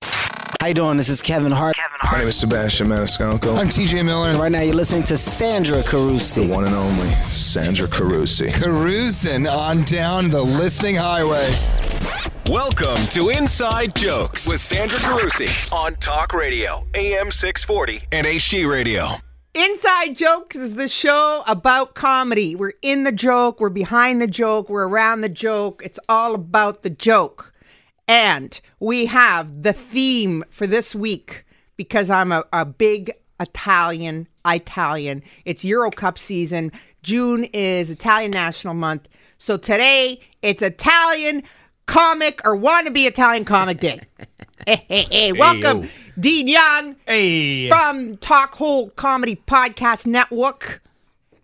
How you doing? This is Kevin Hart. My name is Sebastian Maniscalco. I'm TJ Miller. Right now, you're listening to Sandra Carusi. One and only Sandra Carusi. Carousing on down the listening highway. Welcome to Inside Jokes with Sandra Carusi on Talk Radio, AM 640, and HD Radio. Inside Jokes is the show about comedy. We're in the joke, we're behind the joke, we're around the joke. It's all about the joke. And we have the theme for this week because I'm a, a big Italian, Italian. It's Euro Cup season. June is Italian National Month. So today it's Italian comic or wannabe Italian comic day. hey, hey, hey, welcome, Dean Young from Talk Hole Comedy Podcast Network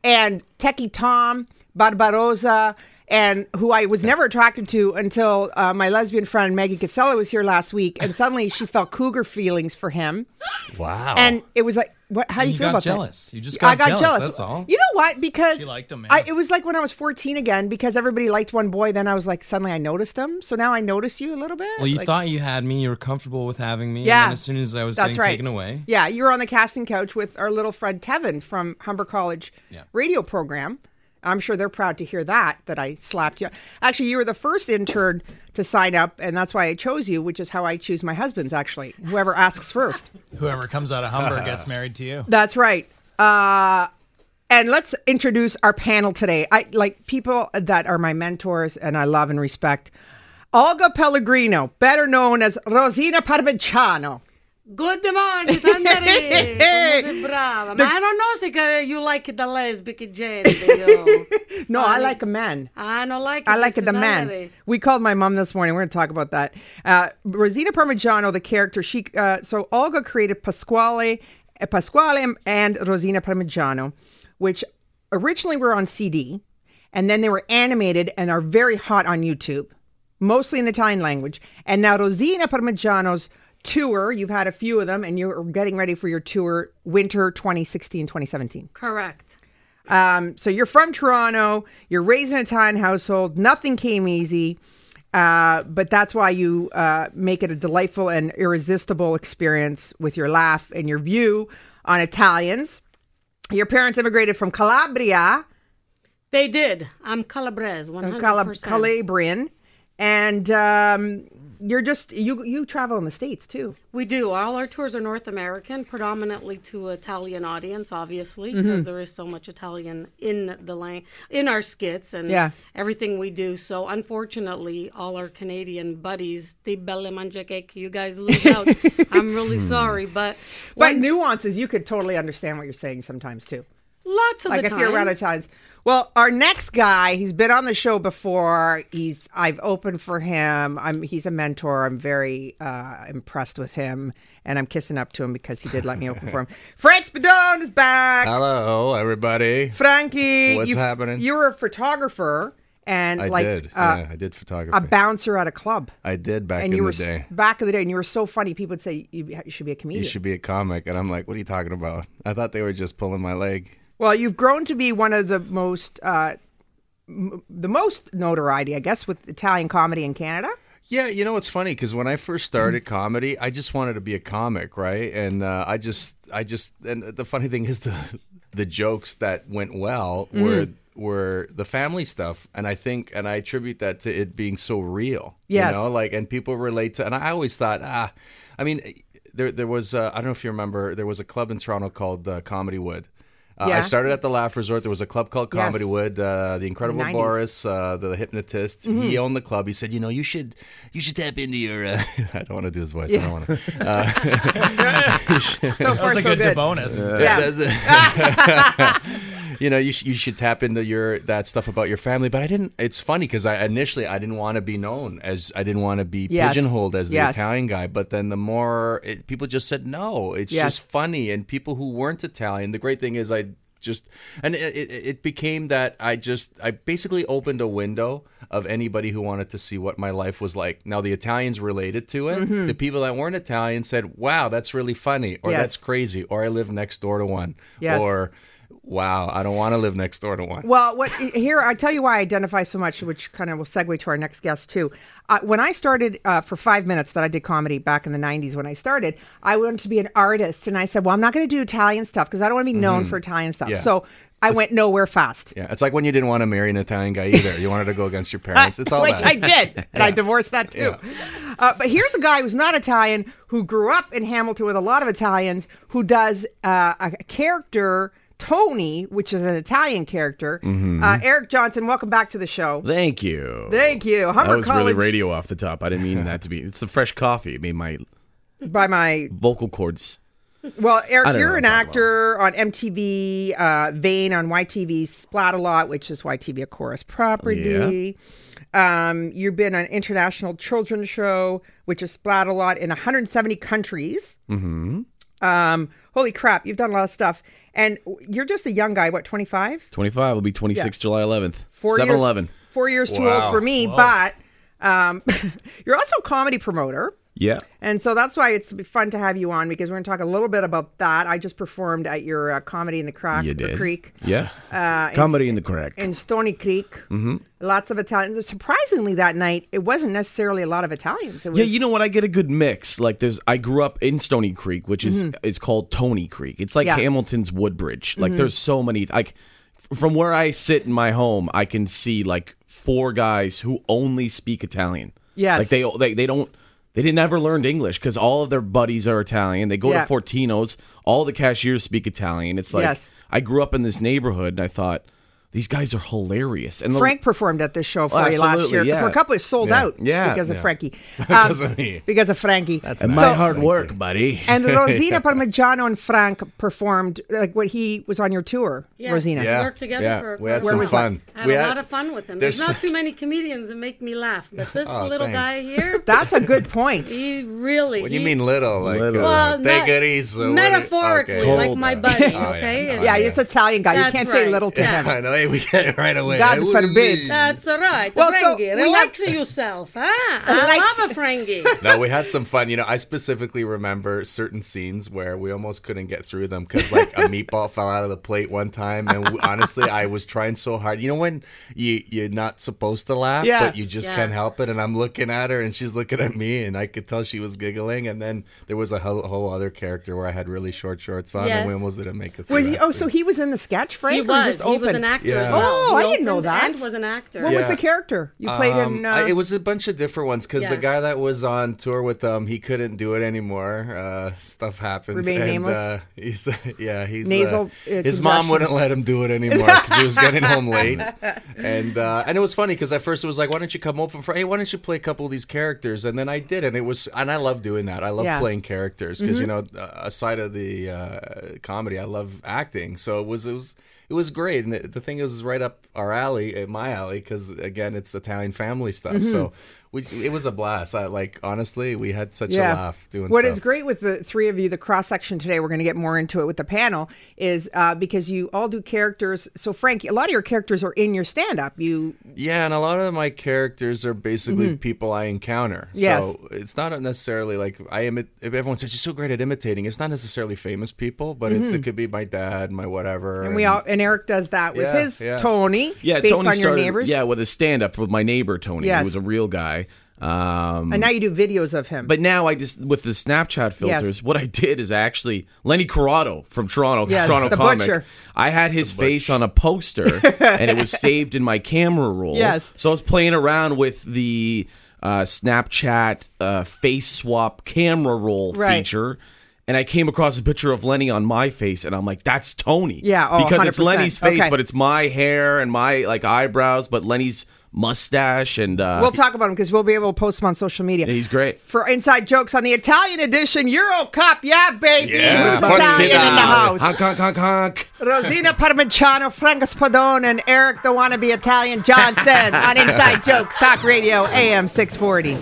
and Techie Tom Barbarosa, and who I was never attracted to until uh, my lesbian friend Maggie Casella was here last week, and suddenly she felt cougar feelings for him, Wow. and it was like, what? How do you, You feel got about jealous. that? You just got I got jealous, jealous. that's all. You know what? Because She liked him, I, yeah. it was like when I was 14 again, because everybody liked one boy. Then I was like, suddenly I noticed him. So now I notice you a little bit. Well, Oh, you like, thought you had me. You were comfortable with having me. Yeah. And then as soon as I was That's getting right. taken away, Yeah, you were on the casting couch with our little friend Tevin from Humber College Yeah. radio program. I'm sure they're proud to hear that that I slapped you. Actually, you were the first intern to sign up, and that's why I chose you, which is how I choose my husbands. Actually, whoever asks first. Whoever comes out of Humber gets married to you. That's right. Uh, and let's introduce our panel today. I like people that are my mentors and I love and respect. Olga Pellegrino, better known as Rosina Parmigiano. Good morning, Andrea. Come sei brava. Ma I don't know se che you like the lesbic gente. Io. No, I like a man. I don't like I like this the man. Valerie. We called my mom this morning. We're going to talk about that. Uh, Rosina Parmigiano, the character, she uh, so Olga created Pasquale, uh, Pasquale and Rosina Parmigiano, which originally were on CD, and then they were animated and are very hot on YouTube, mostly in Italian language. And now Rosina Parmigiano's tour, you've had a few of them, and you're getting ready for your tour winter 2016 2017. Correct. Um, so you're from Toronto. You're raised in a Italian household. Nothing came easy, uh, but that's why you uh, make it a delightful and irresistible experience with your laugh and your view on Italians. Your parents immigrated from Calabria, They did. I'm Calabrese, 100%. Calab- Calabrian, and um, you're just you you travel in the states too. we do. All our tours are North American, predominantly to Italian audience, obviously, Mm-hmm. because there is so much Italian in the lang- in our skits and Yeah. everything we do. So, unfortunately, all our Canadian buddies, the belle mangiacake, you guys lose out. I'm really Hmm. sorry, but But nuances, you could totally understand what you're saying sometimes too. Lots of like the if time. you're around Italians. Well, our next guy, he's been on the show before. He's I've opened for him. I'm he's a mentor. I'm very uh, impressed with him, and I'm kissing up to him because he did let me open for him. Fred Spadone is back. Hello, everybody. Frankie, What's you, happening? You were a photographer and I like did. uh, yeah, I did a photography. bouncer at a club. I did back and in you were the day. s- back in the day, and you were so funny. People would say you, you should be a You comedian. should be a comic, and I'm like, what are you talking about? I thought they were just pulling my leg. Well, you've grown to be one of the most uh, m- the most notoriety, I guess, with Italian comedy in Canada. Yeah, you know it's funny because when I first Mm-hmm. started comedy, I just wanted to be a comic, right? And uh, I just, I just, and the funny thing is the the jokes that went well were Mm. were the family stuff, and I think, and I attribute that to it being so real. Yes. you know, like, and people relate to, and I always thought, ah, I mean, there there was, uh, I don't know if you remember, there was a club in Toronto called uh, Comedy Wood. Uh, Yeah. I started at the Laugh Resort. There was a club called Yes. Comedy Wood. Uh, the Incredible 90s. Boris. Chris, uh, the hypnotist, he owned the club. He said, you know, you should, you should tap into your. Uh, I don't want to do his voice. I don't want to. So That far, was a so good, good. bonus. Yeah. you know, you, sh- you should tap into your that stuff about your family. But I didn't. It's funny because I initially I didn't want to be known as I didn't want to be Yes. pigeonholed as the Yes. Italian guy. But then the more it, people just said no, it's Yes. just funny, and people who weren't Italian. The great thing is I just and it, it, it became that I just I basically opened a window of anybody who wanted to see what my life was like. Now the Italians related to it. The people that weren't Italian said, "Wow, that's really funny," or Mm-hmm. Yes. "That's crazy," or "I live next door to one," Yes. or wow, I don't want to live next door to one. Well, what here? I tell you why I identify so much, which kind of will segue to our next guest too. Uh, when I started uh, for five minutes that I did comedy back in the '90s, when I started, I wanted to be an artist, and I said, "Well, I'm not going to do Italian stuff because I don't want to be Mm-hmm. known for Italian stuff." Yeah. So I went nowhere fast. Yeah, it's like when you didn't want to marry an Italian guy either. You wanted to go against your parents. It's all which that. I did, and I divorced that too. Uh, but here's a guy who's not Italian who grew up in Hamilton with a lot of Italians who does uh, a character. Tony, which is an Italian character, Mm-hmm. uh, Eric Johnson. Welcome back to the show. Thank you. Thank you. Humber That was College really radio off the top. I didn't mean that to be. It's the fresh coffee. It made my by my vocal cords. well, I Eric, don't know you're what an I'm talking actor on MTV, uh, Vane on YTV, Splat a lot, which is YTV a chorus property. Um, you've been on international children's show, which is Splat a lot in 170 countries. Mm-hmm. Um, holy crap, you've done a lot of stuff, and you're just a young guy. What, 25? 25 will be 26 July 11th. four 7 years, 11. Four years too old for me, but um, you're also a comedy promoter. Yeah. And so that's why it's fun to have you on because we're going to talk a little bit about that. I just performed at your uh, comedy in the crack You the did. creek Yeah. uh, Comedy in the crack. in, in Stony Creek. Mm-hmm. Lots of Italians. Surprisingly, that night it wasn't necessarily a lot of Italians. It was, Yeah, you know what? I get a good mix. Like there's, I grew up in Stony Creek, which is it's called Tony Creek. It's Mm-hmm. like Yeah. Mm-hmm. Hamilton's Woodbridge. Like there's so many. Like f- from where I sit in my home, I can see like four guys who only speak Italian. Yes. like they they they don't. They didn't ever learn English because all of their buddies are Italian. They go Yeah. to Fortino's. All the cashiers speak Italian. It's like Yes. I grew up in this neighborhood, and I thought these guys are hilarious. And the- Frank performed at this show for Oh, you last absolutely, year. yeah. For a couple of sold out yeah, because of yeah. Frankie. Um, Because of me. Because of Frankie. and my hard work, buddy. And Rosina Parmigiano and Frank performed like what he was on your tour. Yes, Rosina. we worked together yeah. for. We had quite a some while. fun. I had we a lot of fun with him. there's There's, so- not too many comedians that make me laugh, but this Oh, little thanks. guy here, That's a good point. he really. What do you he- mean little? Like Little. Well, uh, take not- it easy. what do you- metaphorically, okay. like my buddy. Oh, yeah. Okay, No, If- Yeah, it's Italian guy. That's you can't say right. little to Yeah. him. I know. hey, we get it right away. That's Hey, for woo. big. That's all right. Well, so Frankie, we relax yourself. Huh? I Relax. love a Frankie. no, we had some fun. You know, I specifically remember certain scenes where we almost couldn't get through them because like a meatball fell out of the plate one time, and we, honestly, I was trying so hard. You know when you you're not supposed to laugh, Yeah. but you just Yeah. can't help it. And I'm looking at her, and she's looking at me, and I could tell she was giggling. And then there was a whole, whole other character where I had really short shorts on, and we Yes. almost didn't make it through. Was he, that oh, scene. so he was in the sketch, Frank? He or was. just He was open? an actor as Yeah. well. Oh, He I didn't know opened that. And was an actor. What was Yeah. the character you played in? Um, Uh, I- it was a bunch of different ones because Yeah. the guy that was on tour with them, he couldn't do it anymore. Uh, stuff happened. Remain and, nameless? Uh, he's yeah, he's uh, Nasal, uh, his congestion. mom wouldn't let him do it anymore because he was getting home late, and uh, and it was funny because at first it was like, why don't you come over for? Hey, why don't you play a couple of these characters? And then I did, and it was, and I love doing that. I love Yeah. Mm-hmm. playing characters because you know, uh, aside of the uh, comedy, I love acting. So it was it was it was great, and the, the thing is, right up our alley, uh, my alley, because again, it's Italian family stuff. So we, Mm-hmm. it was a blast. I, like honestly, we had such a laugh doing. What stuff. is great with the three of you, the cross section today, we're going to get more into it with the panel, is uh, because you all do characters. So, Frank, a lot of your characters are in your stand up. You Yeah, and a lot of my characters are basically people I encounter. Mm-hmm. Yes. So it's not necessarily like I am. If everyone says you're so great at imitating, it's not necessarily famous people, but it's, it could be my dad, my whatever. Mm-hmm. and we all and Eric does that with Yeah, his yeah. Tony, Yeah, based Tony on started, your neighbors. Yeah, with a stand up with my neighbor Tony, Yes. who was a real guy. Um, and now you do videos of him. but now I just with the Snapchat filters, what I did is actually Lenny Corrado from Toronto, Yes, Toronto the comic. butcher. I had his face on a poster, and it was saved in my camera roll. Yes. so I was playing around with the uh, Snapchat uh, face swap camera roll Right. feature. And I came across a picture of Lenny on my face, and I'm like, "That's Tony." Yeah, oh, because it's 100%. Lenny's face, Okay. but it's my hair and my like eyebrows, but Lenny's mustache, and uh, We'll talk about him because we'll be able to post him on social media. he's great. For inside jokes on the Italian edition, Euro Cup, yeah, baby. Yeah. Who's Forza. Italian in the house? honk, honk, honk, honk. Rosina Parmigiano, Frank Spadone, and Eric the wannabe Italian Johnston on Inside Jokes, Talk Radio, AM 640.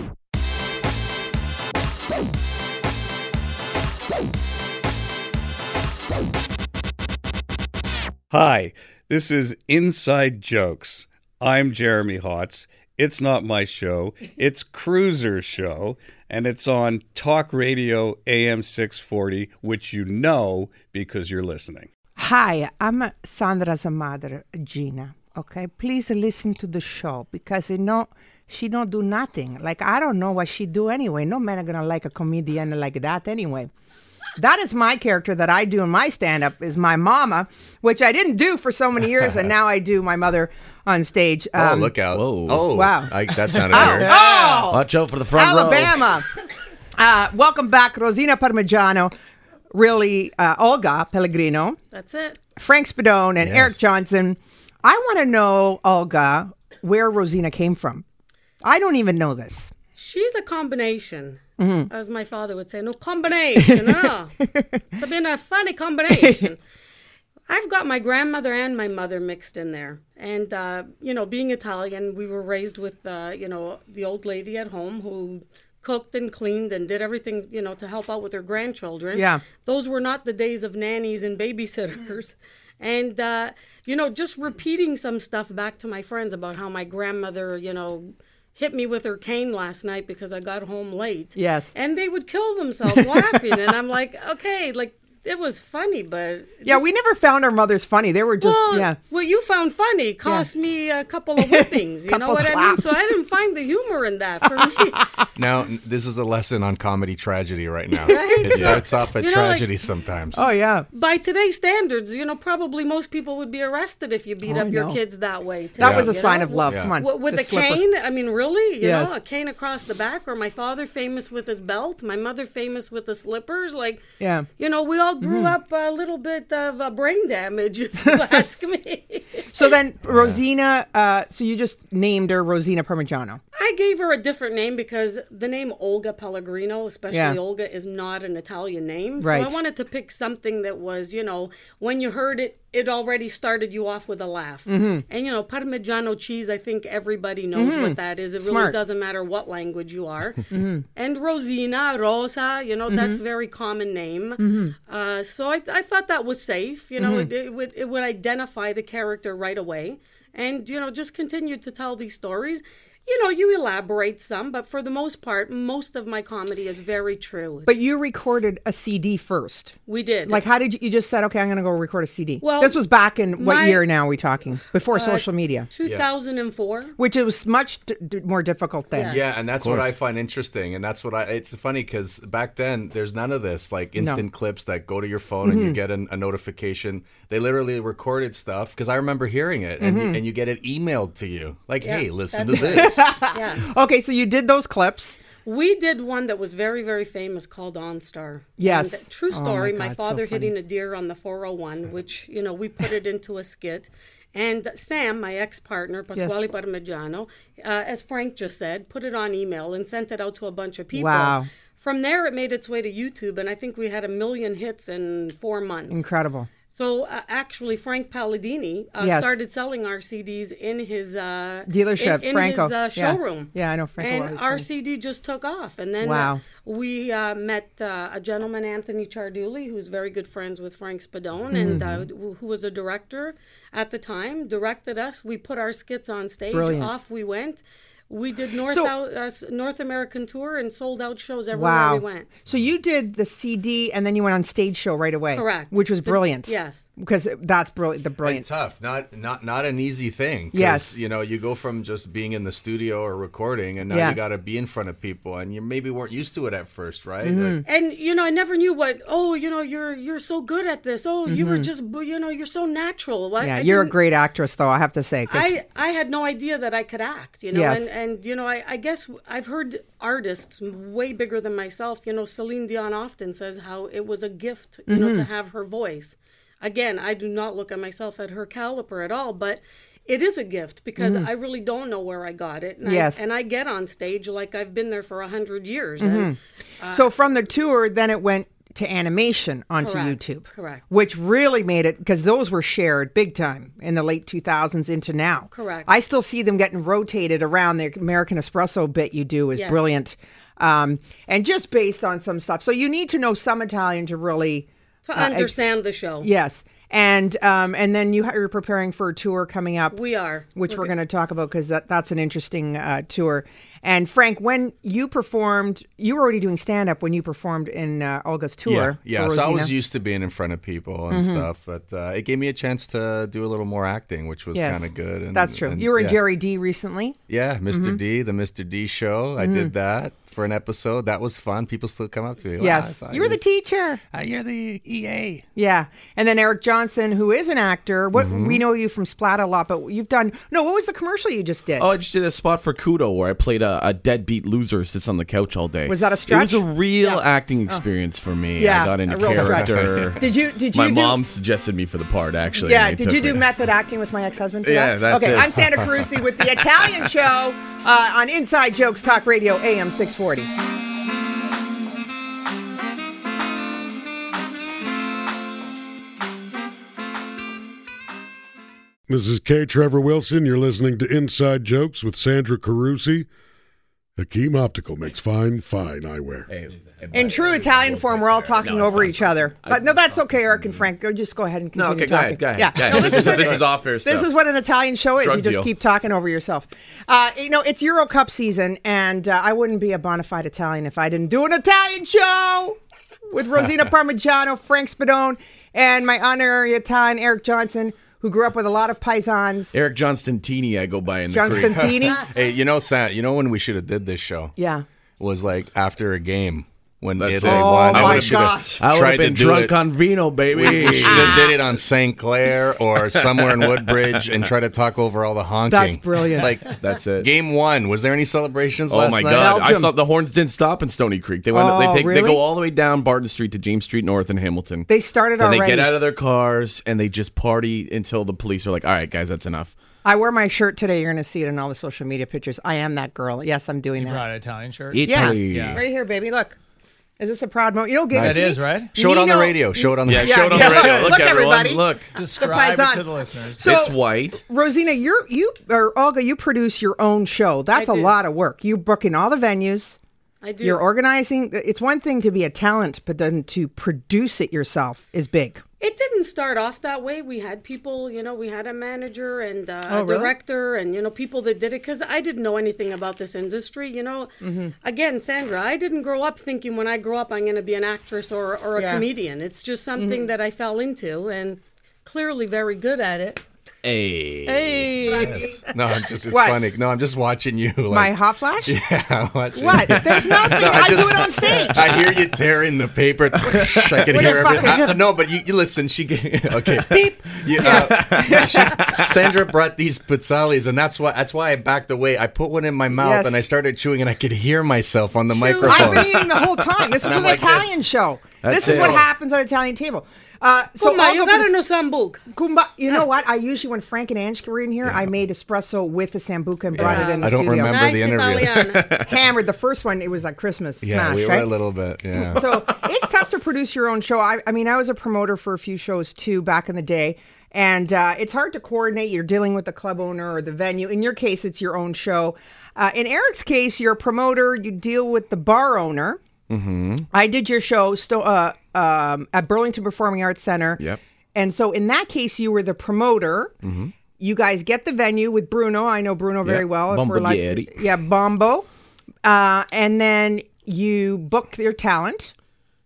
Hi, this is Inside Jokes. I'm Jeremy Hotz. It's not my show, it's Cruiser Show, and it's on Talk Radio AM 640, which you know because you're listening. Hi, I'm Sandra's mother, Gina. Okay, please listen to the show because you know she don't do nothing. Like I don't know what she do anyway. No man are gonna like a comedian like that anyway. That is my character that I do in my stand up is my mama, which I didn't do for so many years, and now I do my mother on stage. um, Oh, look out. Oh, wow. I, that sounded Oh, weird. oh! Watch out for the front row. Alabama. Uh, welcome back, Rosina Parmigiano, really uh, Olga Pellegrino, That's it. Frank Spadone, and Eric Johnson. I want to know, Olga, where Rosina came from. I don't even know this. She's a combination, Mhm. as my father would say. No combination. ah. It's been a funny combination. I've got my grandmother and my mother mixed in there, and uh, you know, being Italian, we were raised with uh, you know the old lady at home who cooked and cleaned and did everything you know to help out with her grandchildren. Yeah. those were not the days of nannies and babysitters. And, uh, you know, just repeating some stuff back to my friends about how my grandmother, you know, hit me with her cane last night because I got home late. Yes. And they would kill themselves laughing. And I'm like, okay, like, it was funny, but. Yeah, we never found our mothers funny. They were just, Well, yeah. what you found funny cost me a couple of whippings. You know Couple what I mean? slaps. So I didn't find the humor in that for me. Now, n- this is a lesson on comedy tragedy right now. Right? It starts off a You know, like- tragedy sometimes. yeah. By today's standards, you know, probably most people would be arrested if you beat Oh, I up your know. kids that way. That was today, a you sign know? of love. Yeah. Come on. W- with the a slipper. cane? I mean, really? You Yes. know, a cane across the back, or my father famous with his belt, my mother famous with the slippers. Like, Yeah. you know, we all grew Mhm. up a little bit of uh, brain damage, if you ask me. So then, Rosina, uh, so you just named her Rosina Parmigiano. I gave her a different name because the name Olga Pellegrino, especially Yeah. Olga, is not an Italian name. Right. So I wanted to pick something that was, you know, when you heard it, it already started you off with a laugh. Mhm. And, you know, Parmigiano cheese, I think everybody knows Mhm. what that is. It Smart. really doesn't matter what language you are. Mhm. And Rosina, Rosa, you know, that's Mhm. very common name. Mhm. Uh, so I, I thought that was safe. You know, Mhm. it, it would it would identify the character right away, and you know, just continue to tell these stories. You know, you elaborate some, but for the most part, most of my comedy is very true. But you recorded a CD first. We did Like, how did you, you just said, okay, I'm going to go record a CD? Well, this was back in what my- year now are we talking? Before Uh, social media. 2004. Which it was much d- d- more difficult then. Yeah, and that's what I Of course. find interesting, and that's what I. It's funny because back then there's none of this like No. instant clips that go to your phone and you Mhm. get an, a notification. They literally recorded stuff because I remember hearing it, and, Mhm. and you get it emailed to you like, Yeah, "Hey, listen to that's this." it. yeah. Okay, so you did those clips. We did one that was very, very famous called OnStar. Yes. And true Oh my story. my, God, so father funny. hitting a deer on the 401, which, you know, we put it into a skit. And Sam, my ex partner, Pasquale Parmigiano, uh, as Frank just said, put it on email and sent it out to a bunch of people. Wow. From there, it made its way to YouTube, and I think we had a million hits in four months. Incredible. So uh, actually, Frank Palladini uh, Yes. started selling our CDs in his uh, Dealership, in, in Franco. his Yeah. uh, showroom. Yeah, I know Franco well. And He's our funny. CD just took off, and then Wow. uh, we uh, met uh, a gentleman, Anthony Charduli, who's very good friends with Frank Spadone, and uh, Mhm. who- who was a director at the time. Directed us. We put our skits on stage. Brilliant. Off we went. We did North So- out, uh, s- North American tour and sold out shows everywhere Wow. we went. So you did the CD and then you went on stage show right away. Correct. Which was The- brilliant. yes. Because that's brilliant. The brilliant. tough not not not an easy thing 'cause, Yes. you know you go from just being in the studio or recording and now Yeah. you got to be in front of people and you maybe weren't used to it at first right Mhm. Like, and you know i never knew what oh you know you're you're so good at this oh you were Mhm. just you know you're so natural what yeah, I you're a didn't- great actress, though, I have to say. 'cause- I, I had no idea that I could act, you know, Yes. and, and you know, I, I guess I've heard artists way bigger than myself. You know, Celine Dion often says how it was a gift, you know, to Mhm. have her voice. Again, I do not look at myself at her caliber at all, but it is a gift because Mhm. I really don't know where I got it. And Yes. I, and I get on stage like I've been there for a hundred years. Mhm. And, uh, so from the tour, then it went to animation onto Correct, YouTube. correct. Which really made it because those were shared big time in the late 2000s into now. Correct. I still see them getting rotated around. The American Espresso bit you do is Yes. brilliant. Um, and just based on some stuff. So you need to know some Italian to really to uh, ex- understand the show. Yes. And um, and then you, you're preparing for a tour coming up. We are. Which we're, We're going to talk about because that, that's an interesting uh, tour. And Frank, when you performed, you were already doing stand up when you performed in uh, Olga's tour. Yeah, yeah. for so I Rosina. was used to being in front of people and Mhm. stuff, but uh, it gave me a chance to do a little more acting, which was Yes. kind of good. And, That's true. and- you were in yeah. Jerry D recently. Yeah, mister Mhm. D, the Mr. D show. I Mhm. did that for an episode. That was fun. People still come up to me. "Wow, I yes, saw you were the teacher. Ah, you're the E EA. Yeah, and then Eric Johnson, who is an actor. What Mm-hmm. Mhm. we know you from Splat a lot, but you've done no. What was the commercial you just did? Oh, I just did a spot for Kudo where I played a, a deadbeat loser who sits on the couch all day. Was that a It was stretch? Oh. a real acting experience for me. Yeah, I got into a real stretch. character. Did you- did My you do- mom suggested me for the part actually. yeah, and I did you took do it. method acting with my ex-husband? for Yeah, that? that's okay. it. I'm Sandra Carusi with the Italian Show uh, on Inside Jokes Talk Radio AM 640. This is K. Trevor Wilson. You're listening to Inside Jokes with Sandra Carusi. Hakeem Optical makes fine, fine eyewear. In true Italian form, we're all talking over each other. But no, that's okay, Eric and Frank. Go just go ahead and No, continue okay, go talking. ahead, go ahead, Yeah, go ahead. No, this is This a- is off-air This stuff. is what an Italian show is. Drug you just deal. keep talking over yourself. Uh, you know, it's Euro Cup season, and uh, I wouldn't be a bona fide Italian if I didn't do an Italian show with Rosina Parmigiano, Frank Spadone, and my honorary Italian Eric Johnson, who grew up with a lot of paisans. Eric Johnstantini, I go by in the creek. Johnstantini? hey, you know, Sam, you know when we should have did this show? Yeah. Was like after a game when That's Italy won. it. Oh, I my would've should've gosh. I would've tried to been do drunk it- on vino, baby. We should have did it on St. Clair or somewhere in Woodbridge and try to talk over all the honking. That's brilliant. Like that's it. Game one. Was there any celebrations Oh last my night? god! I saw the horns didn't stop in Stony Creek. They went. Oh, they take. They really? go all the way down Barton Street to James Street North in Hamilton. They started Then already. they get out of their cars and they just party until the police are like, "All right, guys, that's enough." I wear my shirt today. You're going to see it in all the social media pictures. I am that girl. Yes, I'm doing that. Brought an Italian shirt. Yeah. Yeah. right here, baby. Look, is this a proud moment? You don't give That it to is, me. right? Show it on the Nino- radio. Show it on the Yeah, radio. show it on the radio. Look, Look, everyone, everybody. look. Describe paisan. it to the listeners. So- it's white. Rosina, you're you or Olga, you produce your own show. That's a do. lot of work. You book in all the venues. I do. You're organizing. It's one thing to be a talent, but then to produce it yourself is big. It didn't start off that way. We had people, you know, we had a manager and uh, Oh, a really? director and, you know, people that did it because I didn't know anything about this industry. You know, Mhm. again, Sandra, I didn't grow up thinking when I grow up I'm going to be an actress or, or a Yeah. comedian. It's just something Mhm. that I fell into and clearly very good at it. Hey. Hey. No, I'm just, it's What? funny. No, I'm just watching you. Like, My hot flash. Yeah, watch What? There's nothing. No, I I, do just- it on stage. I hear you tearing the paper. I can What the hear fuck everything. are you I- No, but you, you listen. She gave, okay. Beep. Sandra brought these pizzalis, and that's why that's why I backed away. I put one in my mouth, Yes. and I started chewing, and I could hear myself on the I've microphone. been eating the whole time. This is And an I'm like this. Italian show. That's this is it. what happens at an Italian table. Uh, so Kumba, you gotta know sambuk. Kumba, you know what? I usually when Frank and Ange were in here, I made espresso with the sambuca and brought it in the I don't studio. remember the interview. Hammered the first one. It was like Christmas yeah, smash, we were right? a little bit. Yeah. so it's tough to produce your own show. I, I mean, I was a promoter for a few shows too back in the day, and uh, it's hard to coordinate. You're dealing with the club owner or the venue. In your case, it's your own show. Uh, in Eric's case, you're a promoter. You deal with the bar owner. Mm-hmm. I did your show sto- uh, um, at Burlington Performing Arts Center. Yep. And so in that case, you were the promoter. Mm-hmm. You guys get the venue with Bruno. I know Bruno very Yeah, well. if we're Bombardieri. yeah, Bombo. Uh, and then you book your talent.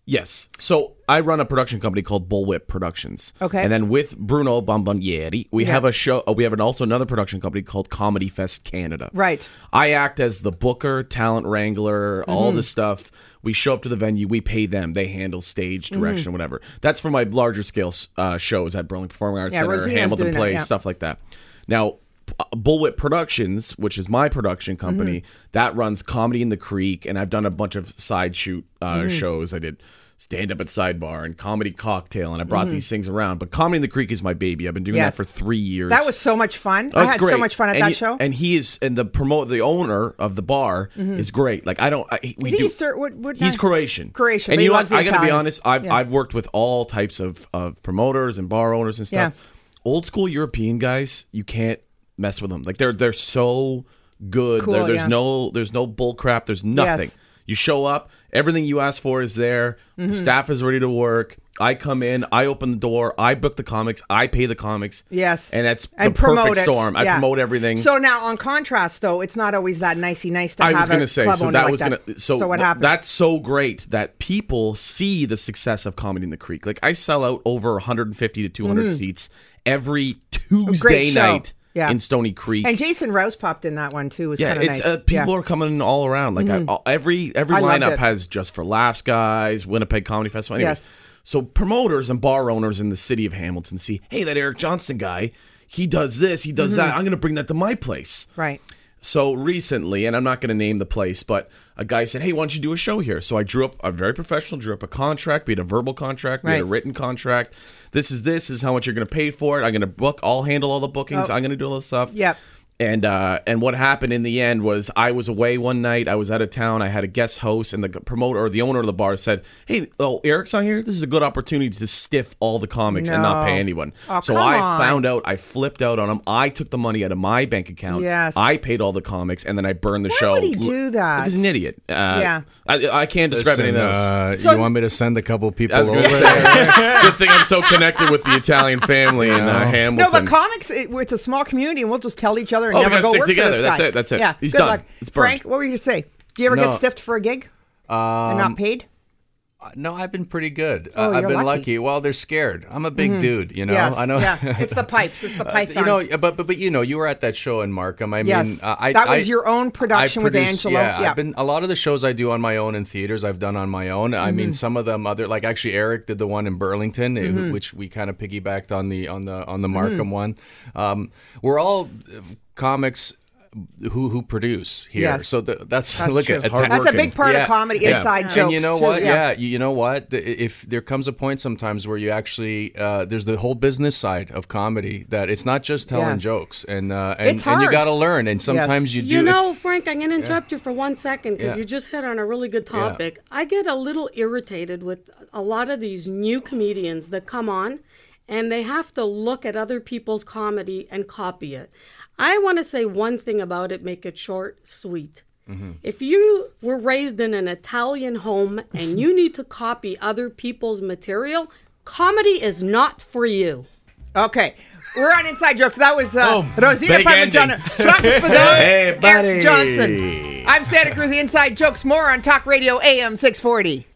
Yes. So I run a production company called Bullwhip Productions. Okay. And then with Bruno Bombonieri, we Yeah. have a show. uh, We have an, also another production company called Comedy Fest Canada. Right. I act as the booker, talent wrangler, all Mhm. the stuff. We show up to the venue. We pay them. They handle stage direction, Mhm. whatever. That's for my larger scale uh, shows at Burlington Performing Arts Yeah, Center, Rosina's doing Hamilton that, Place, yeah. stuff like that. Now. P- Bullwhip Productions, which is my production company, Mm-hmm. that runs Comedy in the Creek, and I've done a bunch of side shoot uh, Mm-hmm. Mhm. shows. I did stand up at Sidebar and Comedy Cocktail, and I brought Mhm. these things around. But Comedy in the Creek is my baby. I've been doing Yes. that for three years. That was so much fun. Oh, I it's had so great. much fun at And that he- show. And he is, and the promote the owner of the bar Mhm. is great. Like I don't, I, he- we Is he do. Easter- what- what- he's Croatian. Croatian, but And he you, know loves what? I the got to be Italians. honest. I've Yeah. I've worked with all types of of promoters and bar owners and stuff. Old school European guys, you can't mess with them. Like they're they're so good. Cool, There- there's yeah. no there's no bull crap. There's nothing. You show up, everything you ask for is there. Mhm. The staff is ready to work. I come in, I open the door, I book the comics, I pay the comics. Yes. And that's And the perfect promote it. storm. I Yeah. promote everything. So now, on contrast, though, it's not always that nicey nice to I have was going to say so that was that. gonna so, what th- happened? That's so great that people see the success of Comedy in the Creek. Like I sell out over 150 to 200 Mhm. seats every Tuesday show. night Yeah. in Stony Creek. and Jason Rouse popped in that one too. It was yeah, kind of it's nice. uh, Yeah. people are coming in all around. Like Mhm. I, all- every every I loved lineup it. has just for laughs guys, Winnipeg Comedy Festival. Anyways, Yes. so promoters and bar owners in the city of Hamilton see, hey, that Eric Johnson guy, he does this, he does Mhm. that. I'm going to bring that to my place. Right. So recently, and I'm not going to name the place, but a guy said, "Hey, why don't you do a show here?" So I drew up a very professional, drew up a contract. We had a verbal contract, we had a Right. written contract. This is this this is how much you're going to pay for it. I'm going to book. I'll handle all the bookings. Oh. I'm going to do all this stuff. Yep. And uh, and what happened in the end was I was away one night. I was out of town. I had a guest host, and the promoter or the owner of the bar said, "Hey, oh Eric's on here. This is a good opportunity to stiff all the comics and not pay No. anyone." Oh, so come I on. found out. I flipped out on him. I took the money out of my bank account. Yes. I paid all the comics, and then I burned the show. would he do that? He's an idiot. Uh, Yeah. I, I can't describe Listen, any of those. uh, you want me to send a couple people I was over gonna say, good thing I'm so connected with the Italian family in No. uh, Hamilton. No, but comics, it, it's a small community, and we'll just tell each other and Oh, we never gotta go stick work together. For this That's guy. it, that's it. Yeah, He's good done. luck. It's burnt. Frank, what were you gonna say? Do you ever get No. stiffed for a gig and Um, not paid? no, I've been pretty good. Oh, Uh, I've you're been lucky. lucky. Well, they're scared. I'm a big Mhm. dude, you know. Yes, I know. Yeah, it's the pipes. It's the Uh, pythons. you know, but, but but you know, you were at that show in Markham. I yes, mean, uh, I, that I- was your own production I with produce- Angelo. Yeah, I've been a lot of the shows I do on my own in theaters. I've done on my own. I mean, Mhm. some of them other like actually Eric did the one in Burlington, eh, Mhm. which we kind of piggybacked on the on the on the Mhm. Markham one. Um, we're all uh, comics. Who who produce here? Yes. So the, that's, That's look true. at That's a hardworking. big part of comedy, inside And you jokes, know too, what? yeah. yeah, you, you know what? The- If there comes a point sometimes where you actually uh, there's the whole business side of comedy that it's not just telling Yeah. jokes and uh, and, It's and you hard. got to learn and sometimes you do. You it's- know, Frank, I'm going to interrupt you for one second because Yeah. you just hit on a really good Yeah. topic. I get a little irritated with a lot of these new comedians that come on and they have to look at other people's comedy and copy it. I want to say one thing about it, make it short, sweet. If you were raised in an Italian home and you need to copy other people's material, comedy is not for you. Okay. We're on Inside Jokes. That was uh, Rosita big Parmigiano, ending. Frank Spadone, Hey, buddy. Eric Johnson. I'm Santa Cruz Inside Jokes. More on Talk Radio AM 640.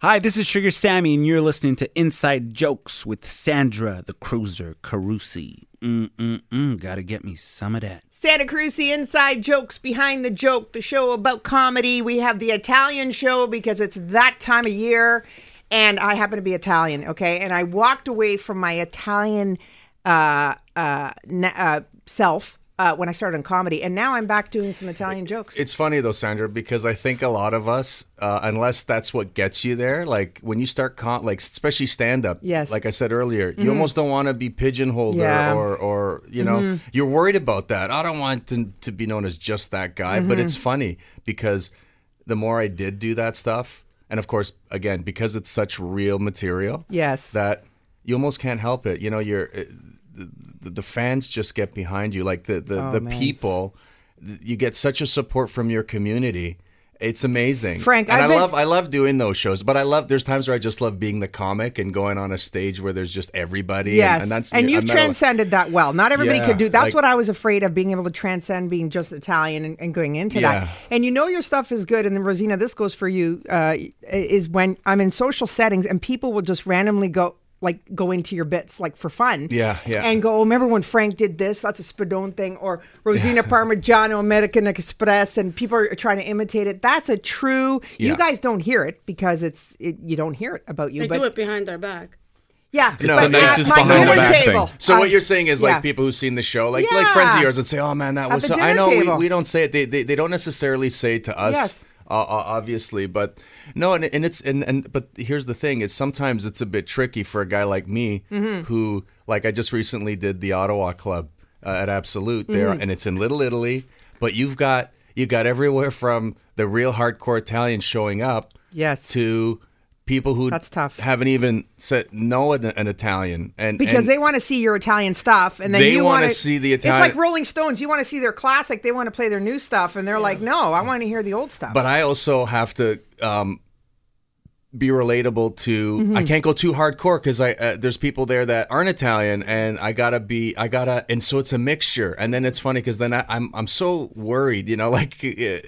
Hi, this is Sugar Sammy, and you're listening to Inside Jokes with Sandra the Cruiser Carusi. Mm-mm-mm, gotta get me some of that. Santa Cruz the Inside Jokes, Behind the Joke, the show about comedy. We have the Italian show because it's that time of year, and I happen to be Italian, okay? And I walked away from my Italian uh, uh, na- uh, self uh, when I started in comedy, and now I'm back doing some Italian jokes. It's funny though, Sandra, because I think a lot of us, uh, unless that's what gets you there, like when you start, con- like especially stand up. Yes. Like I said earlier, Mhm. you almost don't want to be pigeonholed or- Yeah. or, or you know, Mhm. you're worried about that. I don't want them to be known as just that guy. But Mhm. it's funny because the more I did do that stuff, and of course, again, because it's such real material. Yes. That you almost can't help it. You know, you're. uh, The, the fans just get behind you, like the the, Oh, the man. people th- you get such a support from your community. It's amazing, Frank, And I've I been- love I love doing those shows, but I love there's times where I just love being the comic and going on a stage where there's just everybody. Yes, and, and that's you've I've met a- transcended that well. Not everybody Yeah, could do. That's like- what I was afraid of being able to transcend being just Italian and, and going into Yeah. that. And you know your stuff is good. And then Rosina, this goes for you. Uh, is when I'm in social settings and people will just randomly go like go into your bits like for fun. Yeah, yeah. And go. Oh, remember when Frank did this? That's a Spadone thing. Or Rosina Parmigiano, American Express, and people are trying to imitate it. That's a true. Yeah. You guys don't hear it because it's it, you don't hear it about you. They but do it behind our back. yeah, No, but the at nicest my behind the dinner back table, thing. So I- what you're saying is like yeah. people who've seen the show, like like friends of Yeah. yours, and say, "Oh man, that At was." the So, I dinner know we, table. we don't say it. They, they they don't necessarily say it to us. Yes. Uh, uh, obviously, but no, and, and it's and, and but here's the thing: is sometimes it's a bit tricky for a guy like me Mm-hmm. Mhm. who, like, I just recently did the Ottawa Club uh, at Absolute there, Mm-hmm. Mhm. and it's in Little Italy. But you've got you got everywhere from the real hardcore Italians showing up, yes, to people who That's tough. haven't even said no an, an Italian and because and they want to see your Italian stuff, and then They you wanna want to see the It's like Italian- Rolling Stones. You want to see their classic. They want to play their new stuff, and they're like, "No, I want to hear the old stuff." But I also have to um, be relatable to. Mhm. I can't go too hardcore because I uh, there's people there that aren't Italian, and I gotta be. I gotta, and so it's a mixture. And then it's funny because then I, I'm I'm so worried, you know. Like eh,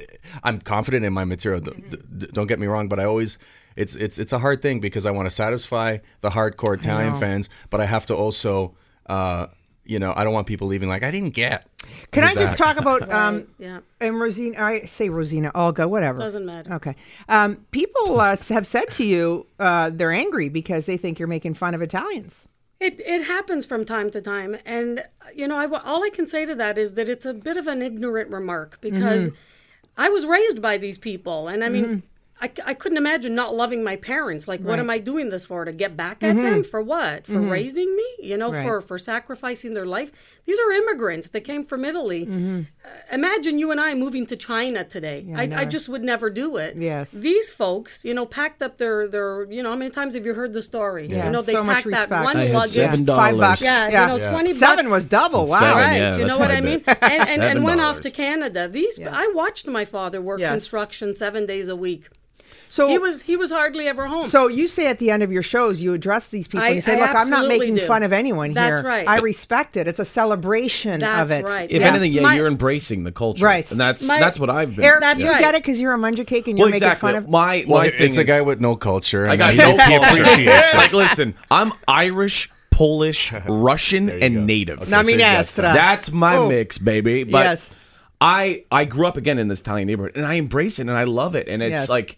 I'm confident in my material. D- d- don't get me wrong, but I always. It's it's it's a hard thing because I want to satisfy the hardcore Italian know. fans, but I have to also, uh, you know, I don't want people leaving like I didn't get. Can I Exactly. just talk about um yeah. and Rosina? I say Rosina, Olga, whatever. Doesn't matter. Okay. Um, people uh, have said to you uh, they're angry because they think you're making fun of Italians. It it happens from time to time, and you know, I, all I can say to that is that it's a bit of an ignorant remark because Mhm. I was raised by these people, and I mean. Mhm. I, c- I couldn't imagine not loving my parents. Like, what Right. am I doing this for? To get back at Mhm. them? For what? For Mhm. raising me? You know, Right. for, for sacrificing their life? These are immigrants that came from Italy. Uh, Imagine you and I moving to China today. Mm-hmm. Yeah, I, I never. just would never do it. Yes. These folks, you know, packed up their, their you know, how many times have you heard the story? Yeah. You know, they So much packed that respect. one I had luggage. seven Five bucks. Yeah, Yeah. you know, Yeah. 20 Seven bucks. was double. Wow. Seven, right. yeah, you know that's what quite I a mean? bit. And, and, Seven and went dollars. off to Canada. These, I watched my father work Yes. construction seven days a week. So- he was, he was hardly ever home. So you say at the end of your shows, you address these people. I- and you say, I "Look, I'm not absolutely making do. fun of anyone here. That's right. I But- respect it. It's a celebration That's of it. right. If Yeah. anything, yeah, My- you're embracing the culture, Right. And that's My- that's what I've been. Eric, yeah. do you get it because you're a munja cake and you're Well, making exactly. fun of my Well, my thing it's a is- guy with no culture. I and got he- no he appreciates culture. it. like, listen, I'm Irish, Polish, Russian, and Native. Okay, so you got some. Naminestra. That's my Oh. mix, baby. But Yes. I I grew up again in this Italian neighborhood, and I embrace it, and I love it, and it's Yes. like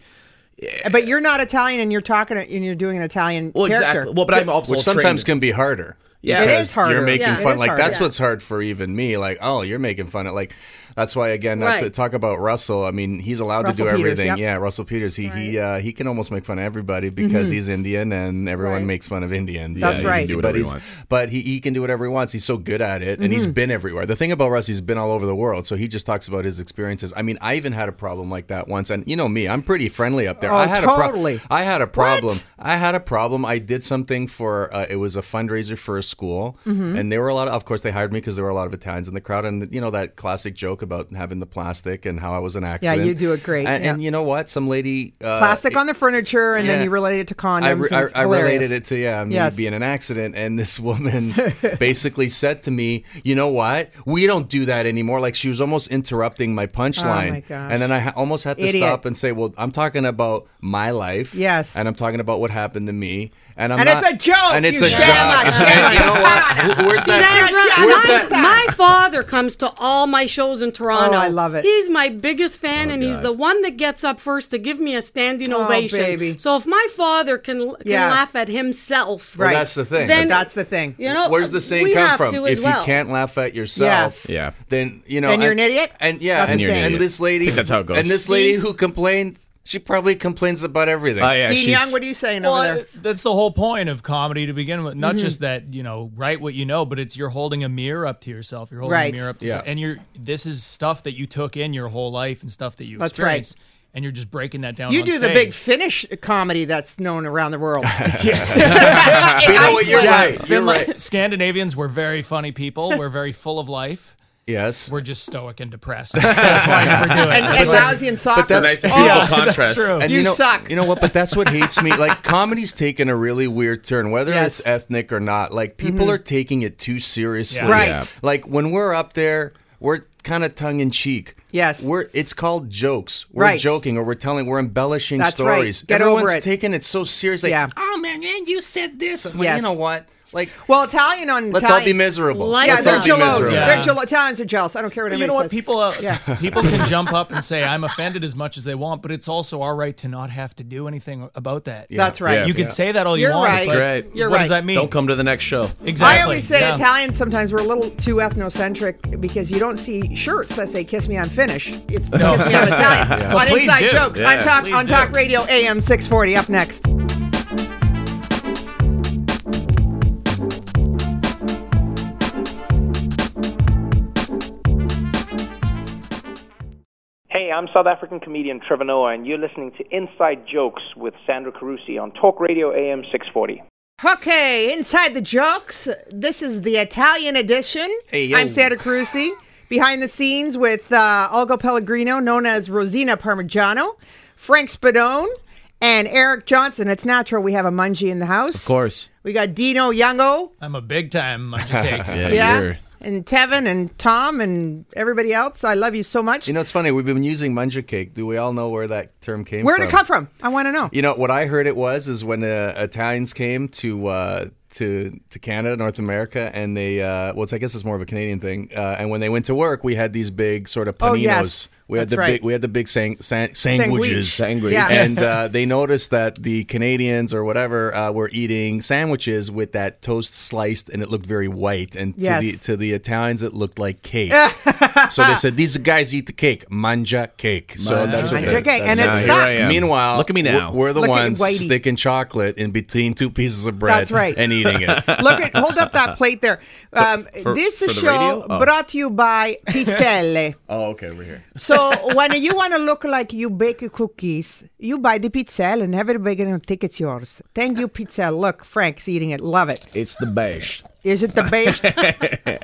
But you're not Italian, and you're talking and you're doing an Italian well, character. exactly. Well, but I'm also Which sometimes trained- can be harder. Yeah. It because is harder. You're making Yeah, it fun. is Like harder. that's Yeah. what's hard for even me. Like, oh, you're making fun of like. That's why again, not to Right. talk about Russell. I mean, he's allowed Russell to do Peters, everything. yep. Yeah, Russell Peters. He he uh, he can almost make fun of everybody because Mhm. he's Indian and everyone makes fun of Indians. Yeah, That's he can right. do He can do But whatever he he's- wants. but he, he can do whatever he wants. He's so good at it, and he's Mhm. been everywhere. The thing about Russ, he's been all over the world, so he just talks about his experiences. I mean, I even had a problem like that once, and you know me, I'm pretty friendly up there. Oh, I had totally. A pro- I had a problem. I had a problem. I did something for uh, it was a fundraiser for a school, Mm-hmm. Mhm. and there were a lot of. Of course, they hired me because there were a lot of Italians in the crowd, and you know that classic joke about having the plastic and how I was an yeah, accident. you do it great. And, yeah. and you know what? Some lady uh, Plastic on the furniture, and then yeah. you relate it to condoms. I, re- and I, it's I hilarious. related it to yeah me Yes. being an accident, and this woman basically said to me, "You know what? We don't do that anymore." Like she was almost interrupting my punchline, Oh my gosh. and then I ha- almost had to Idiot. stop and say, "Well, I'm talking about my life, Yes. and I'm talking about what happened to me, and I'm And not- it's a joke, and it's you a joke." shaman, And you know what? Wh- Where's that? Sandra, where's my, that- my father comes to all my shows in Toronto. Oh, I love it. He's my biggest Oh, fan, and he's God. the one that gets up first to give me a standing Oh, ovation. baby. So if my father can, can Yeah. laugh at himself, Well, that's the thing. Then That's the thing. you know, Where's the saying Oh, we come have from? To If as well. you can't laugh at yourself, Yeah. then you know, Then you're an idiot? And yeah, That's and, the You're an and idiot. this lady, I think that's how it goes. And this See? lady who complained, she probably complains about everything. Oh, yeah, Dean Young, what are you saying Well, uh, over there? I- that's the whole point of comedy to begin with. Not Mhm. just that you know, write what you know, but it's you're holding a mirror up to yourself. You're holding Right. a mirror up to, Yeah. yourself, and you're this is stuff that you took in your whole life and stuff that you That's right. experienced, and you're just breaking that down. You on do the stage. big Finnish comedy that's known around the world. You know what, You're Iceland. right. You're right. Scandinavians were very funny people. We're very full of life. Yes. We're just stoic and depressed. That's why I never do it. And- Oh, and lousy and soft. That's a nice beautiful contrast. And You know, suck. You know what? But that's what hates me. Like comedy's taken a really weird turn, whether Yes. it's ethnic or not. Like people Mhm. are taking it too seriously. Yeah. Right. Yeah. Like when we're up there, we're kind of tongue in cheek. Yes. We're it's called jokes. We're Right. joking or we're telling we're embellishing That's right. stories. Get over Everyone's it. taking it so seriously. Yeah. Oh man, man, you said this. I'm like, Yes. you know what? Like well, Italian on Let's all Italians. be miserable. yeah, Let's they're all be jealous. miserable. They're Yeah. jealous. Italians are jealous. I don't care what You anybody know what? says. People, uh, Yeah. people can jump up and say, "I'm offended" as much as they want, but it's also our right to not have to do anything about that. That's right. You can say that all you You're want. Right. It's like, Great. You're what right. does that mean? Don't come to the next show. Exactly. I always say yeah. Italians sometimes we're a little too ethnocentric because you don't see shirts that say "Kiss me, I'm Finnish." It's No. "Kiss me, I'm Italian." Yeah. Well, on please Inside do. Jokes, Yeah, on Talk please on do. Talk Radio AM 640. Up next. Hey, I'm South African comedian Trevor Noah, and you're listening to Inside Jokes with Sandra Carusi on Talk Radio AM 640. Okay, inside the jokes. This is the Italian edition. Hey, yo. I'm Santa Cruci. Behind the scenes with uh, Olga Pellegrino, known as Rosina Parmigiano, Frank Spadone, and Eric Johnson. It's natural we have a mungie in the house. Of course. We got Dino Youngo, I'm a big time munchie cake. Yeah, and Tevin and Tom and everybody else. I love you so much. You know, it's funny. We've been using munja cake. Do we all know where that term came Where from? did it come from? I want to know. You know what I heard it was is when uh, Italians came to uh, to to Canada, North America, and they uh, well, it's, I guess it's more of a Canadian thing. Uh, and when they went to work, we had these big sort of paninos. Oh, yes. We had the That's right. big we had the big sang- san- Sandwich. sandwiches, Sandwich. Yeah. and uh, they noticed that the Canadians or whatever uh, were eating sandwiches with that toast sliced, and it looked very white. And to Yes. the to the Italians, it looked like cake. so they said these guys eat the cake, manja cake. So Manja that's what cake. that's And what it's it- stuck. Here I am. Meanwhile, Look at me we're- now. We're the Look at ones Whitey. sticking chocolate in between two pieces of bread. That's right. And eating it. Look at hold up that plate there. Um, for- this is for the show radio? Oh. brought to you by Pizzelle. Oh, okay, we're here. so when you want to look like you bake cookies, you buy the Pizzelle and every baker will think it's yours. Thank you, Pizzelle. Look, Frank's eating it. Love it. It's the best. Is it the best?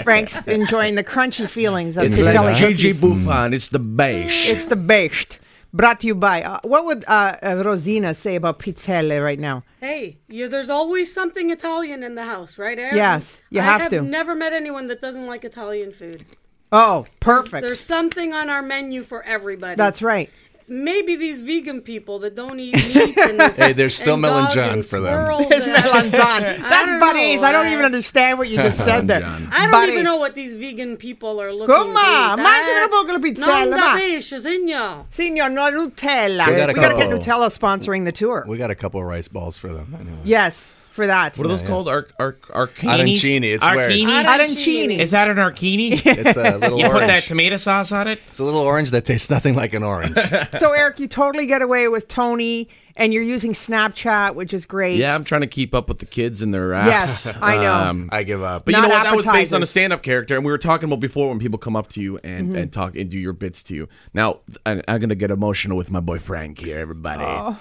Frank's enjoying the crunchy feelings of It's Pizzelle like Gigi Mm. cookies. Buffon. It's the best. It's the best. Brought to you by. Uh, what would uh, uh, Rosina say about Pizzelle right now? Hey, you, there's always something Italian in the house, right, Aaron? Yes, you I have have to. never met anyone that doesn't like Italian food. Oh, perfect. There's something on our menu for everybody. That's right. Maybe these vegan people that don't eat meat and Hey, there's still And dog melanjan and for them. There's melanzan. I That's don't buddies. know, I don't I- even understand what you just said there. I don't even Buddies. know what these vegan people are looking Come on, to eat. mangia Eh, la bocca la Non pizzella, ma. da pesce, signor. Signor, no Nutella. We We got a gotta, get couple. Nutella sponsoring the tour. We got a couple of rice balls for them. Anyway. Yes, for that. What are those Yeah, yeah. called? Ar- ar- Arancini? Arancini, it's where- Arcinis? Arancini. Is that an arcini? It's a little You put orange. that tomato sauce on it? It's a little orange that tastes nothing like an orange. so, Eric, you totally get away with Tony, and you're using Snapchat, which is great. Yeah, I'm trying to keep up with the kids and their apps. Yes, I know. I give up. But Not you know what? That was based on a appetizers. stand-up character, and we were talking about before when people come up to you and, Mhm. and talk and do your bits to you. Now, I, I'm gonna get emotional with my boy Frank here, everybody. Aw.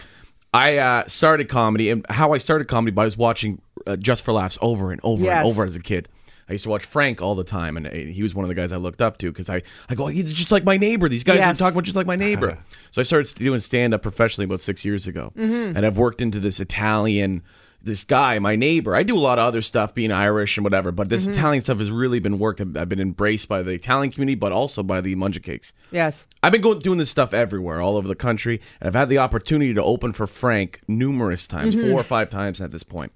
I uh, started comedy, and how I started comedy by was watching uh, Just for Laughs over and over Yes. and over as a kid. I used to watch Frank all the time, and uh, he was one of the guys I looked up to because I, I go, he's just like my neighbor. These guys Yes. are talking about just like my neighbor. so I started doing stand up professionally about six years ago, Mm-hmm. Mhm. and I've worked into this Italian, this guy, my neighbor. I do a lot of other stuff, being Irish and whatever, but this Mhm. Italian stuff has really been work. I've I've been embraced by the Italian community, but also by the Munja Cakes. Yes. I've been going doing this stuff everywhere, all over the country, and I've had the opportunity to open for Frank numerous times, Mhm. four or five times at this point.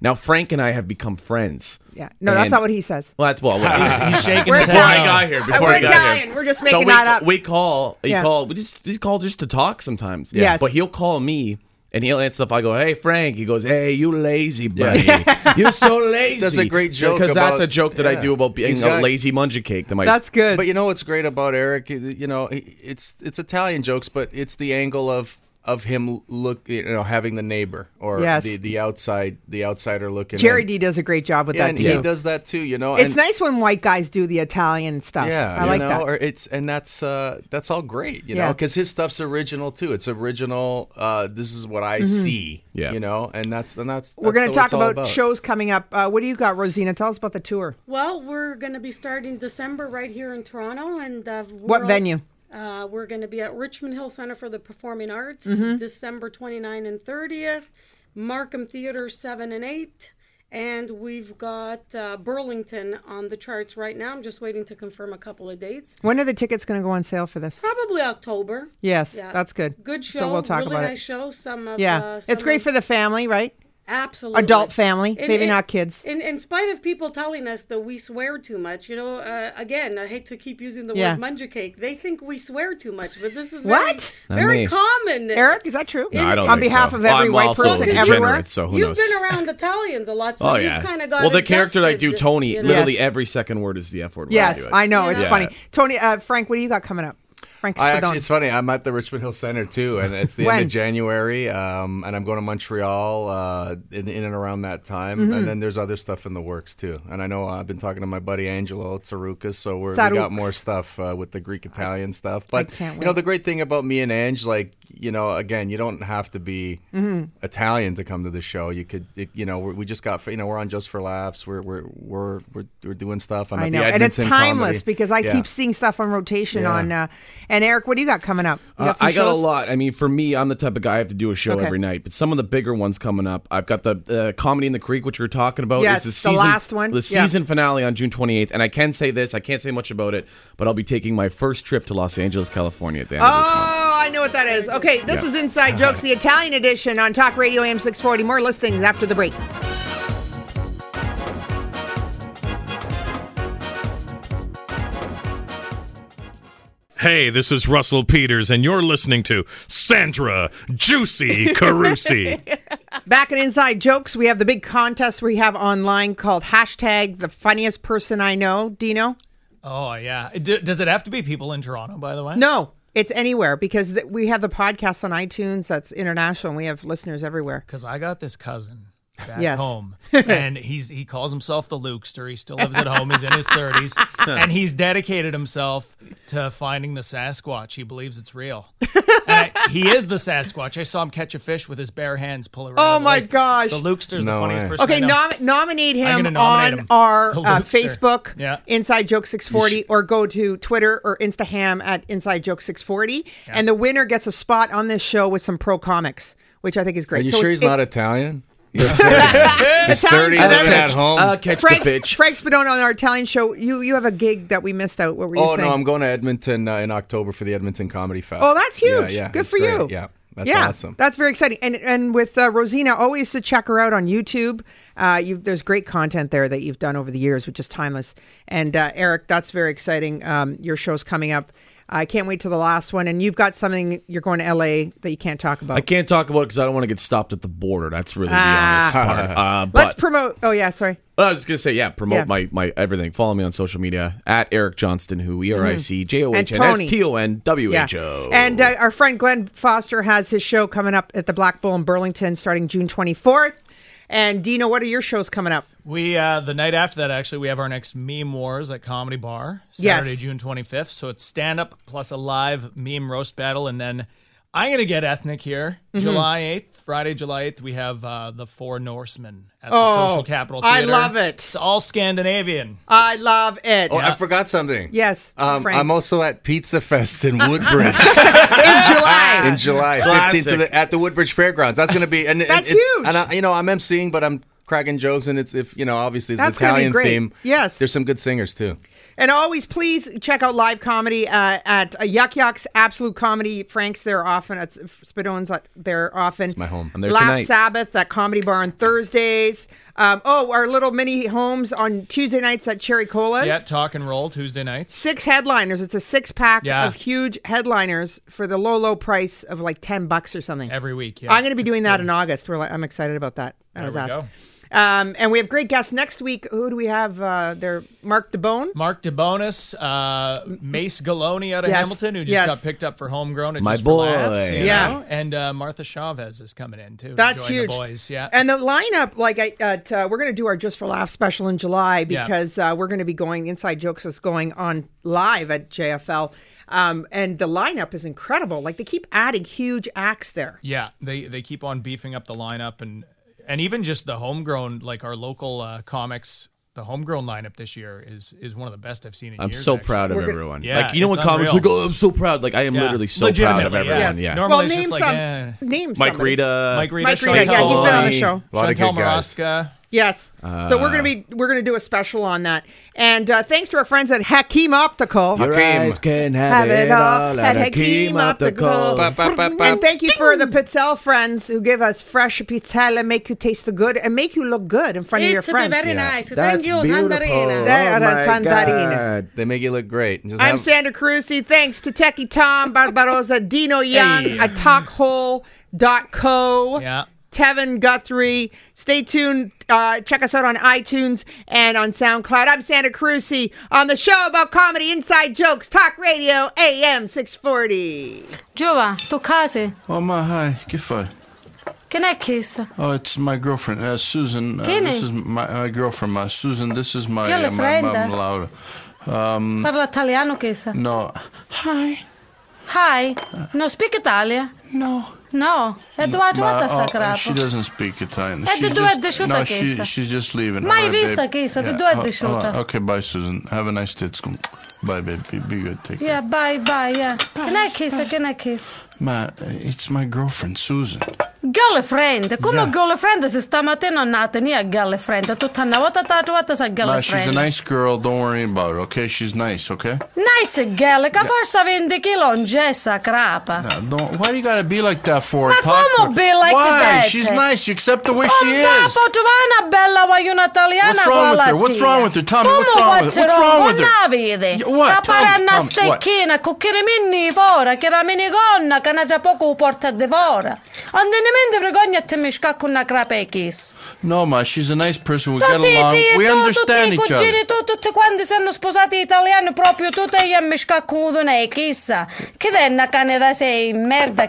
Now Frank and I have become friends. Yeah. No, that's And- not what he says. Well, that's well. what- He's- he's shaking Before his head I no. got here, Uh, before we're I got Italian. here, We're just So making we that ca- up. We call. He Yeah. call. We just he call just to talk sometimes. Yeah. Yes. But he'll call me. And he'll answer stuff. I go, hey Frank. He goes, hey you lazy buddy. You're so lazy. That's a great joke. because that's about- a joke that I yeah. do about being He's a got- lazy munja cake. That my good. But you know what's great about Eric? You know, it's it's Italian jokes, but it's the angle of of him look, you know, having the neighbor or Yes. the the outside the outsider looking. Jerry in. D does a great job with yeah, that and too. he does that too. You know, it's and- nice when white guys do the Italian stuff. Yeah, I like you know, that. Or it's and that's uh, that's all great, you Yeah. know, because his stuff's original too. It's original. Uh, this is what I Mhm. see, yeah. you know, and that's and that's. We're going to talk about, shows coming up. Uh, what do you got, Rosina? Tell us about the tour. Well, we're going to be starting December right here in Toronto, and uh, we're What all- venue? Uh, we're going to be at Richmond Hill Center for the Performing Arts, Mhm. December 29 and 30th, Markham Theater 7 and 8, and we've got uh, Burlington on the charts right now. I'm just waiting to confirm a couple of dates. When are the tickets going to go on sale for this? Probably October. Yes, that's good. Good So show. we'll talk really about it. nice show. Some of yeah, uh, it's some great of- for the family, right? Absolutely. Adult family, maybe not kids. In, in spite of people telling us that we swear too much, you know, uh, again, I hate to keep using the Yeah. word munja cake. They think we swear too much, but this is very, What? Not very me. common. Eric, is that true? No, I don't on think behalf so. of Well, every I'm white also person degenerate, everywhere. so who You've knows? been around Italians a lot, so oh you've yeah. kind of got Well, the it character that I do, dusted, Tony, you know? literally every second word is the f word. when Yes, do it. I know it's Yeah. funny. Tony, uh, Frank, what do you got coming up? Frank I Spadon. actually, it's funny. I'm at the Richmond Hill Center too, and it's the end When? of January, um, and I'm going to Montreal uh, in, in and around that time. Mhm. And then there's other stuff in the works too. And I know I've been talking to my buddy Angelo Tsaroukas, so we're, we Tsouroukas. got more stuff uh, with the Greek Italian stuff. But can't you know, wait. the great thing about me and Ange, like you know, again, you don't have to be Mhm. Italian to come to the show. You could, it, you know, we we just got, you know, we're on just for laughs. We're we're we're we're, we're doing stuff. I'm I at know, the and it's Edmonton timeless Comedy. because I Yeah. keep seeing stuff on rotation Yeah. on. Uh, and Eric, what do you got coming up? You Uh, some I got a shows? lot. I mean, for me, I'm the type of guy I have to do a show Okay. every night. But some of the bigger ones coming up, I've got the uh, comedy in the creek, which we were talking about. Yes, is the, the season, last one. The Yeah. season finale on June 28th, and I can say this. I can't say much about it, but I'll be taking my first trip to Los Angeles, California, at the end of this month. Oh, I know what that is. Okay, this Yeah. is Inside Jokes, the Italian edition on Talk Radio AM 640. More listings after the break. Hey, this is Russell Peters, and you're listening to Sandra Juicy Carusi. Back at Inside Jokes, we have the big contest we have online called hashtag the funniest person I know. Dino? Oh yeah. D- does it have to be people in Toronto? By the way. No, it's anywhere because th- we have the podcast on iTunes that's international. And we have listeners everywhere. Because I got this cousin back Yes. home, and he's he calls himself the Lukester. He still lives at home. He's in his thirties, and he's dedicated himself to finding the Sasquatch. He believes it's real. And I- he is the Sasquatch. I saw him catch a fish with his bare hands, pull it. Right out Oh of the my lake. gosh. The Lukester's the No funniest way. person. I Okay, know. nom- nominate I'm him gonna nominate on him. our The uh, Lukester. Facebook, Yeah. Inside Joke 640, or go to Twitter or Instagram at Inside Joke 640. And the winner gets a spot on this show with some pro comics, which I think is great. Are you So sure it's- he's it- not Italian? It's he's Italian Uh, 30 Spadone. living at home. Uh, Frank, Frank Spadone on our Italian show. You you have a gig that we missed out. What were you Oh saying? no, I'm going to Edmonton uh, in October for the Edmonton Comedy Fest. Oh, that's Yeah, huge. yeah, Good it's for great. you. Yeah, that's yeah, awesome. That's very exciting. And and with uh, Rosina, always to check her out on YouTube. Uh, you there's great content there that you've done over the years, which is timeless. And uh, Eric, that's very exciting. Um, your show's coming up. I can't wait till the last one. And you've got something you're going to LA that you can't talk about. I can't talk about it because I don't want to get stopped at the border. That's really Ah. the honest part. Uh, but Let's promote. Oh yeah, sorry. Well, I was just gonna say, yeah, promote Yeah. my my everything. Follow me on social media at Eric Johnston, who E R I C J O H N And S Tony. T O N W H O. And uh, our friend Glenn Foster has his show coming up at the Black Bull in Burlington starting June 24th. And Dino, what are your shows coming up? We uh, the night after that actually we have our next meme wars at Comedy Bar Yes. Saturday June 25th. So it's stand up plus a live meme roast battle, and then I'm gonna get ethnic here. Mhm. July 8th, Friday July 8th, we have uh, the Four Norsemen at Oh, the Social Capital I Theater. love it. It's all Scandinavian. I love it. Oh, I forgot something. Yes, Um, Frank. I'm also at Pizza Fest in Woodbridge in July, 15th to Classic. the, at the Woodbridge Fairgrounds. That's going to be and, and That's it's, huge. And I, you know, I'm emceeing, but I'm cracking jokes, and it's if you know, obviously it's an That's gonna be Italian great. theme. Yes. there's some good singers too. And always, please check out live comedy uh, at uh, Yuck Yucks Absolute Comedy. Frank's there often. At Spadone's uh, there often. It's my home. I'm there Laugh tonight. Sabbath at Comedy Bar on Thursdays. Um, oh, our little mini homes on Tuesday nights at Cherry Cola's. Yeah, talk and roll Tuesday nights. Six headliners. It's a six pack Yeah. of huge headliners for the low, low price of like 10 bucks or something. Every week, yeah. I'm going to be It's doing that good. in August. We're like, I'm excited about that. I There was we asked. go. Um, and we have great guests next week. Who do we have uh, there? Mark DeBone. Mark DeBonis, uh, Mace Galone out of Yes. Hamilton, who just Yes. got picked up for homegrown. At My just for laughs, boy. you Yeah. know? and uh, Martha Chavez is coming in too. to join That's the huge. boys, yeah. And the lineup, like I, at, uh, we're going to do our Just for Laughs special in July Yeah. because uh, we're going to be going Inside Jokes is going on live at JFL, um, and the lineup is incredible. Like they keep adding huge acts there. Yeah, they they keep on beefing up the lineup and and even just the homegrown like our local uh, comics. The homegrown lineup this year is is one of the best I've seen in I'm years. so actually. proud of We're gonna- everyone. Yeah, like you know it's when comics like, unreal. oh, I'm so proud. Like I am Yeah. literally so proud of Legitimately, everyone. yes. Yeah. Normally well, it's name just some. like, eh. Name Mike somebody. Rita. Mike Rita, Mike Rita, yeah, he's been on the show. Chantel Maraska. Yes. so we're Uh. gonna be we're gonna do a special on that. And uh, thanks to our friends at Hakim Optical. Your Hakim. eyes can have it all at Hakim Optical. Ba, ba, ba, ba. And thank you for the Pizzelle friends who give us fresh pizzella, make you taste good and make you look good in front of your It's friends. very Yeah. nice. Thank you, Sandarina. Oh That- that's Sandarina. They make you look great. Just I'm have- Sandra Carusi. Thanks to Techie Tom, Barbarosa, Dino Young, Hey. at talkhole.co. Yeah. Tevin Guthrie. Stay tuned. Uh, check us out on iTunes and on SoundCloud. I'm Santa Carusi on the show about comedy, inside jokes, talk radio, AM 640. Joa, tu case. Oh my, hi, que foi? Can I kiss? Oh, it's my girlfriend, uh, Susan. Uh, Kine. this is my, my girlfriend, uh, Susan. This is my Yo le uh, my frenda. mom, Laura. Um, Parla italiano, kiss. no, Hi. Hi. No speak Italia. No. No. Eduardo, my- what the oh, sacrato? uh, she doesn't speak Italian. Eh, She did you just- have the shooter no, case? she, she's just leaving. My All vista babe. case, did you Oh, have the hold- hold on. shooter? Okay, bye, Susan. Have a nice day at school. Bye, babe. Be, be good. Take care. Yeah, bye, bye, yeah. Can I kiss? Can I kiss? My, uh, it's my girlfriend, Susan. Girlfriend. Come Yeah. girlfriend? Se stamattina non ha tenia girlfriend. Tutta una volta tatuata sa Nah, she's a girlfriend. nice girl. Don't worry about her. Okay, she's nice. Okay. Nice girl, che forse 20 kg in gessa crapa. Nah, don't. Why do you gotta be like that for? Ma Talk to come her. be like Why? that? She's nice. You accept the way Oh, she no, is. po, tu vai una bella guagliona italiana What's wrong with her? quella What's tia. wrong with her? Tell me, Come what's wrong with her? What's wrong with her? Buona vede. Yeah, what? La Tell me, paranna tell me, what? stecchina, cucchiere minni fora, che la minigonna, che na già poco porta a devora. Ah, Andenemente vergogna te mi scacco una crapechis. No, ma she's a nice person. We get Tutti i along. zii, We tu, understand tutti each i cugini, other. tu, tutti quanti sono sposati italiani, proprio tu te io mi scacco uno, ne, eh, chissà. Che te una cane da sei, merda,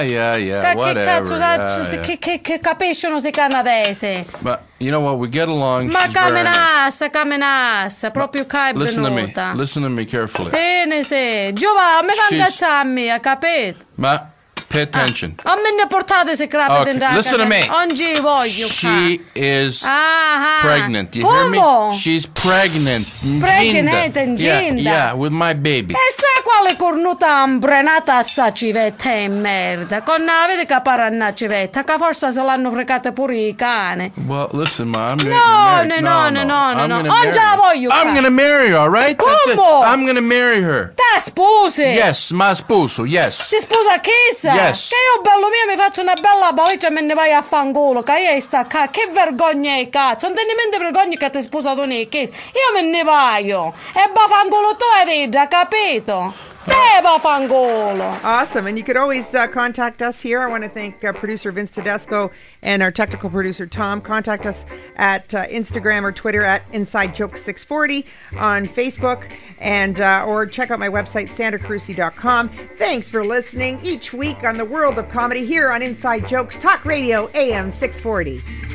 Yeah, yeah, yeah. Ca- che Whatever. cazzo sa- Yeah, se- yeah. Che, che, che capiscono se canadese? But you know what? We get along. Ma She's very nice. camminassa, camminassa, proprio che è Listen to me. venuta. Listen to me carefully. Sì, ne sì. Giova, mi fa She's- ingazzarmi, ha capito? Ma, pay attention. A me ne portate se crape Okay, dentro la listen casa. to me. Oggi voglio She is Ah, ah. pregnant. You hear Como? me? She's pregnant. Pregnant, Nginda. Yeah, nginda. yeah, with my baby. E sa quale cornuta ambrenata a civetta e merda? Con la vede che paranna civetta, che forse se l'hanno fregata pure i cani. Well, listen, Ma, I'm gonna No, get married. no, no, no, no, I'm no. gonna Oh, marry già her. voglio I'm fare. gonna marry her, all right? That's it. Como? I'm gonna marry her. Te spusi! Yes, my sposo, yes. Si sposa Chisa! Yes. Che io bello mio mi faccio una bella valigia e me ne vai a fangolo, che io sta qua, che vergogna è cazzo, non te ne mente vergogna che ti hai sposato nei Chisa, io me ne vaio, e va fangolo tu hai già capito? Te va fangolo! Awesome. And you could always uh, contact us here. I want to thank uh, producer Vince Tedesco and our technical producer Tom. Contact us at uh, Instagram or Twitter at Inside Joke 640 on Facebook and uh, or check out my website, sandracarusi.com. Thanks for listening each week on the world of comedy here on Inside Jokes Talk Radio AM 640.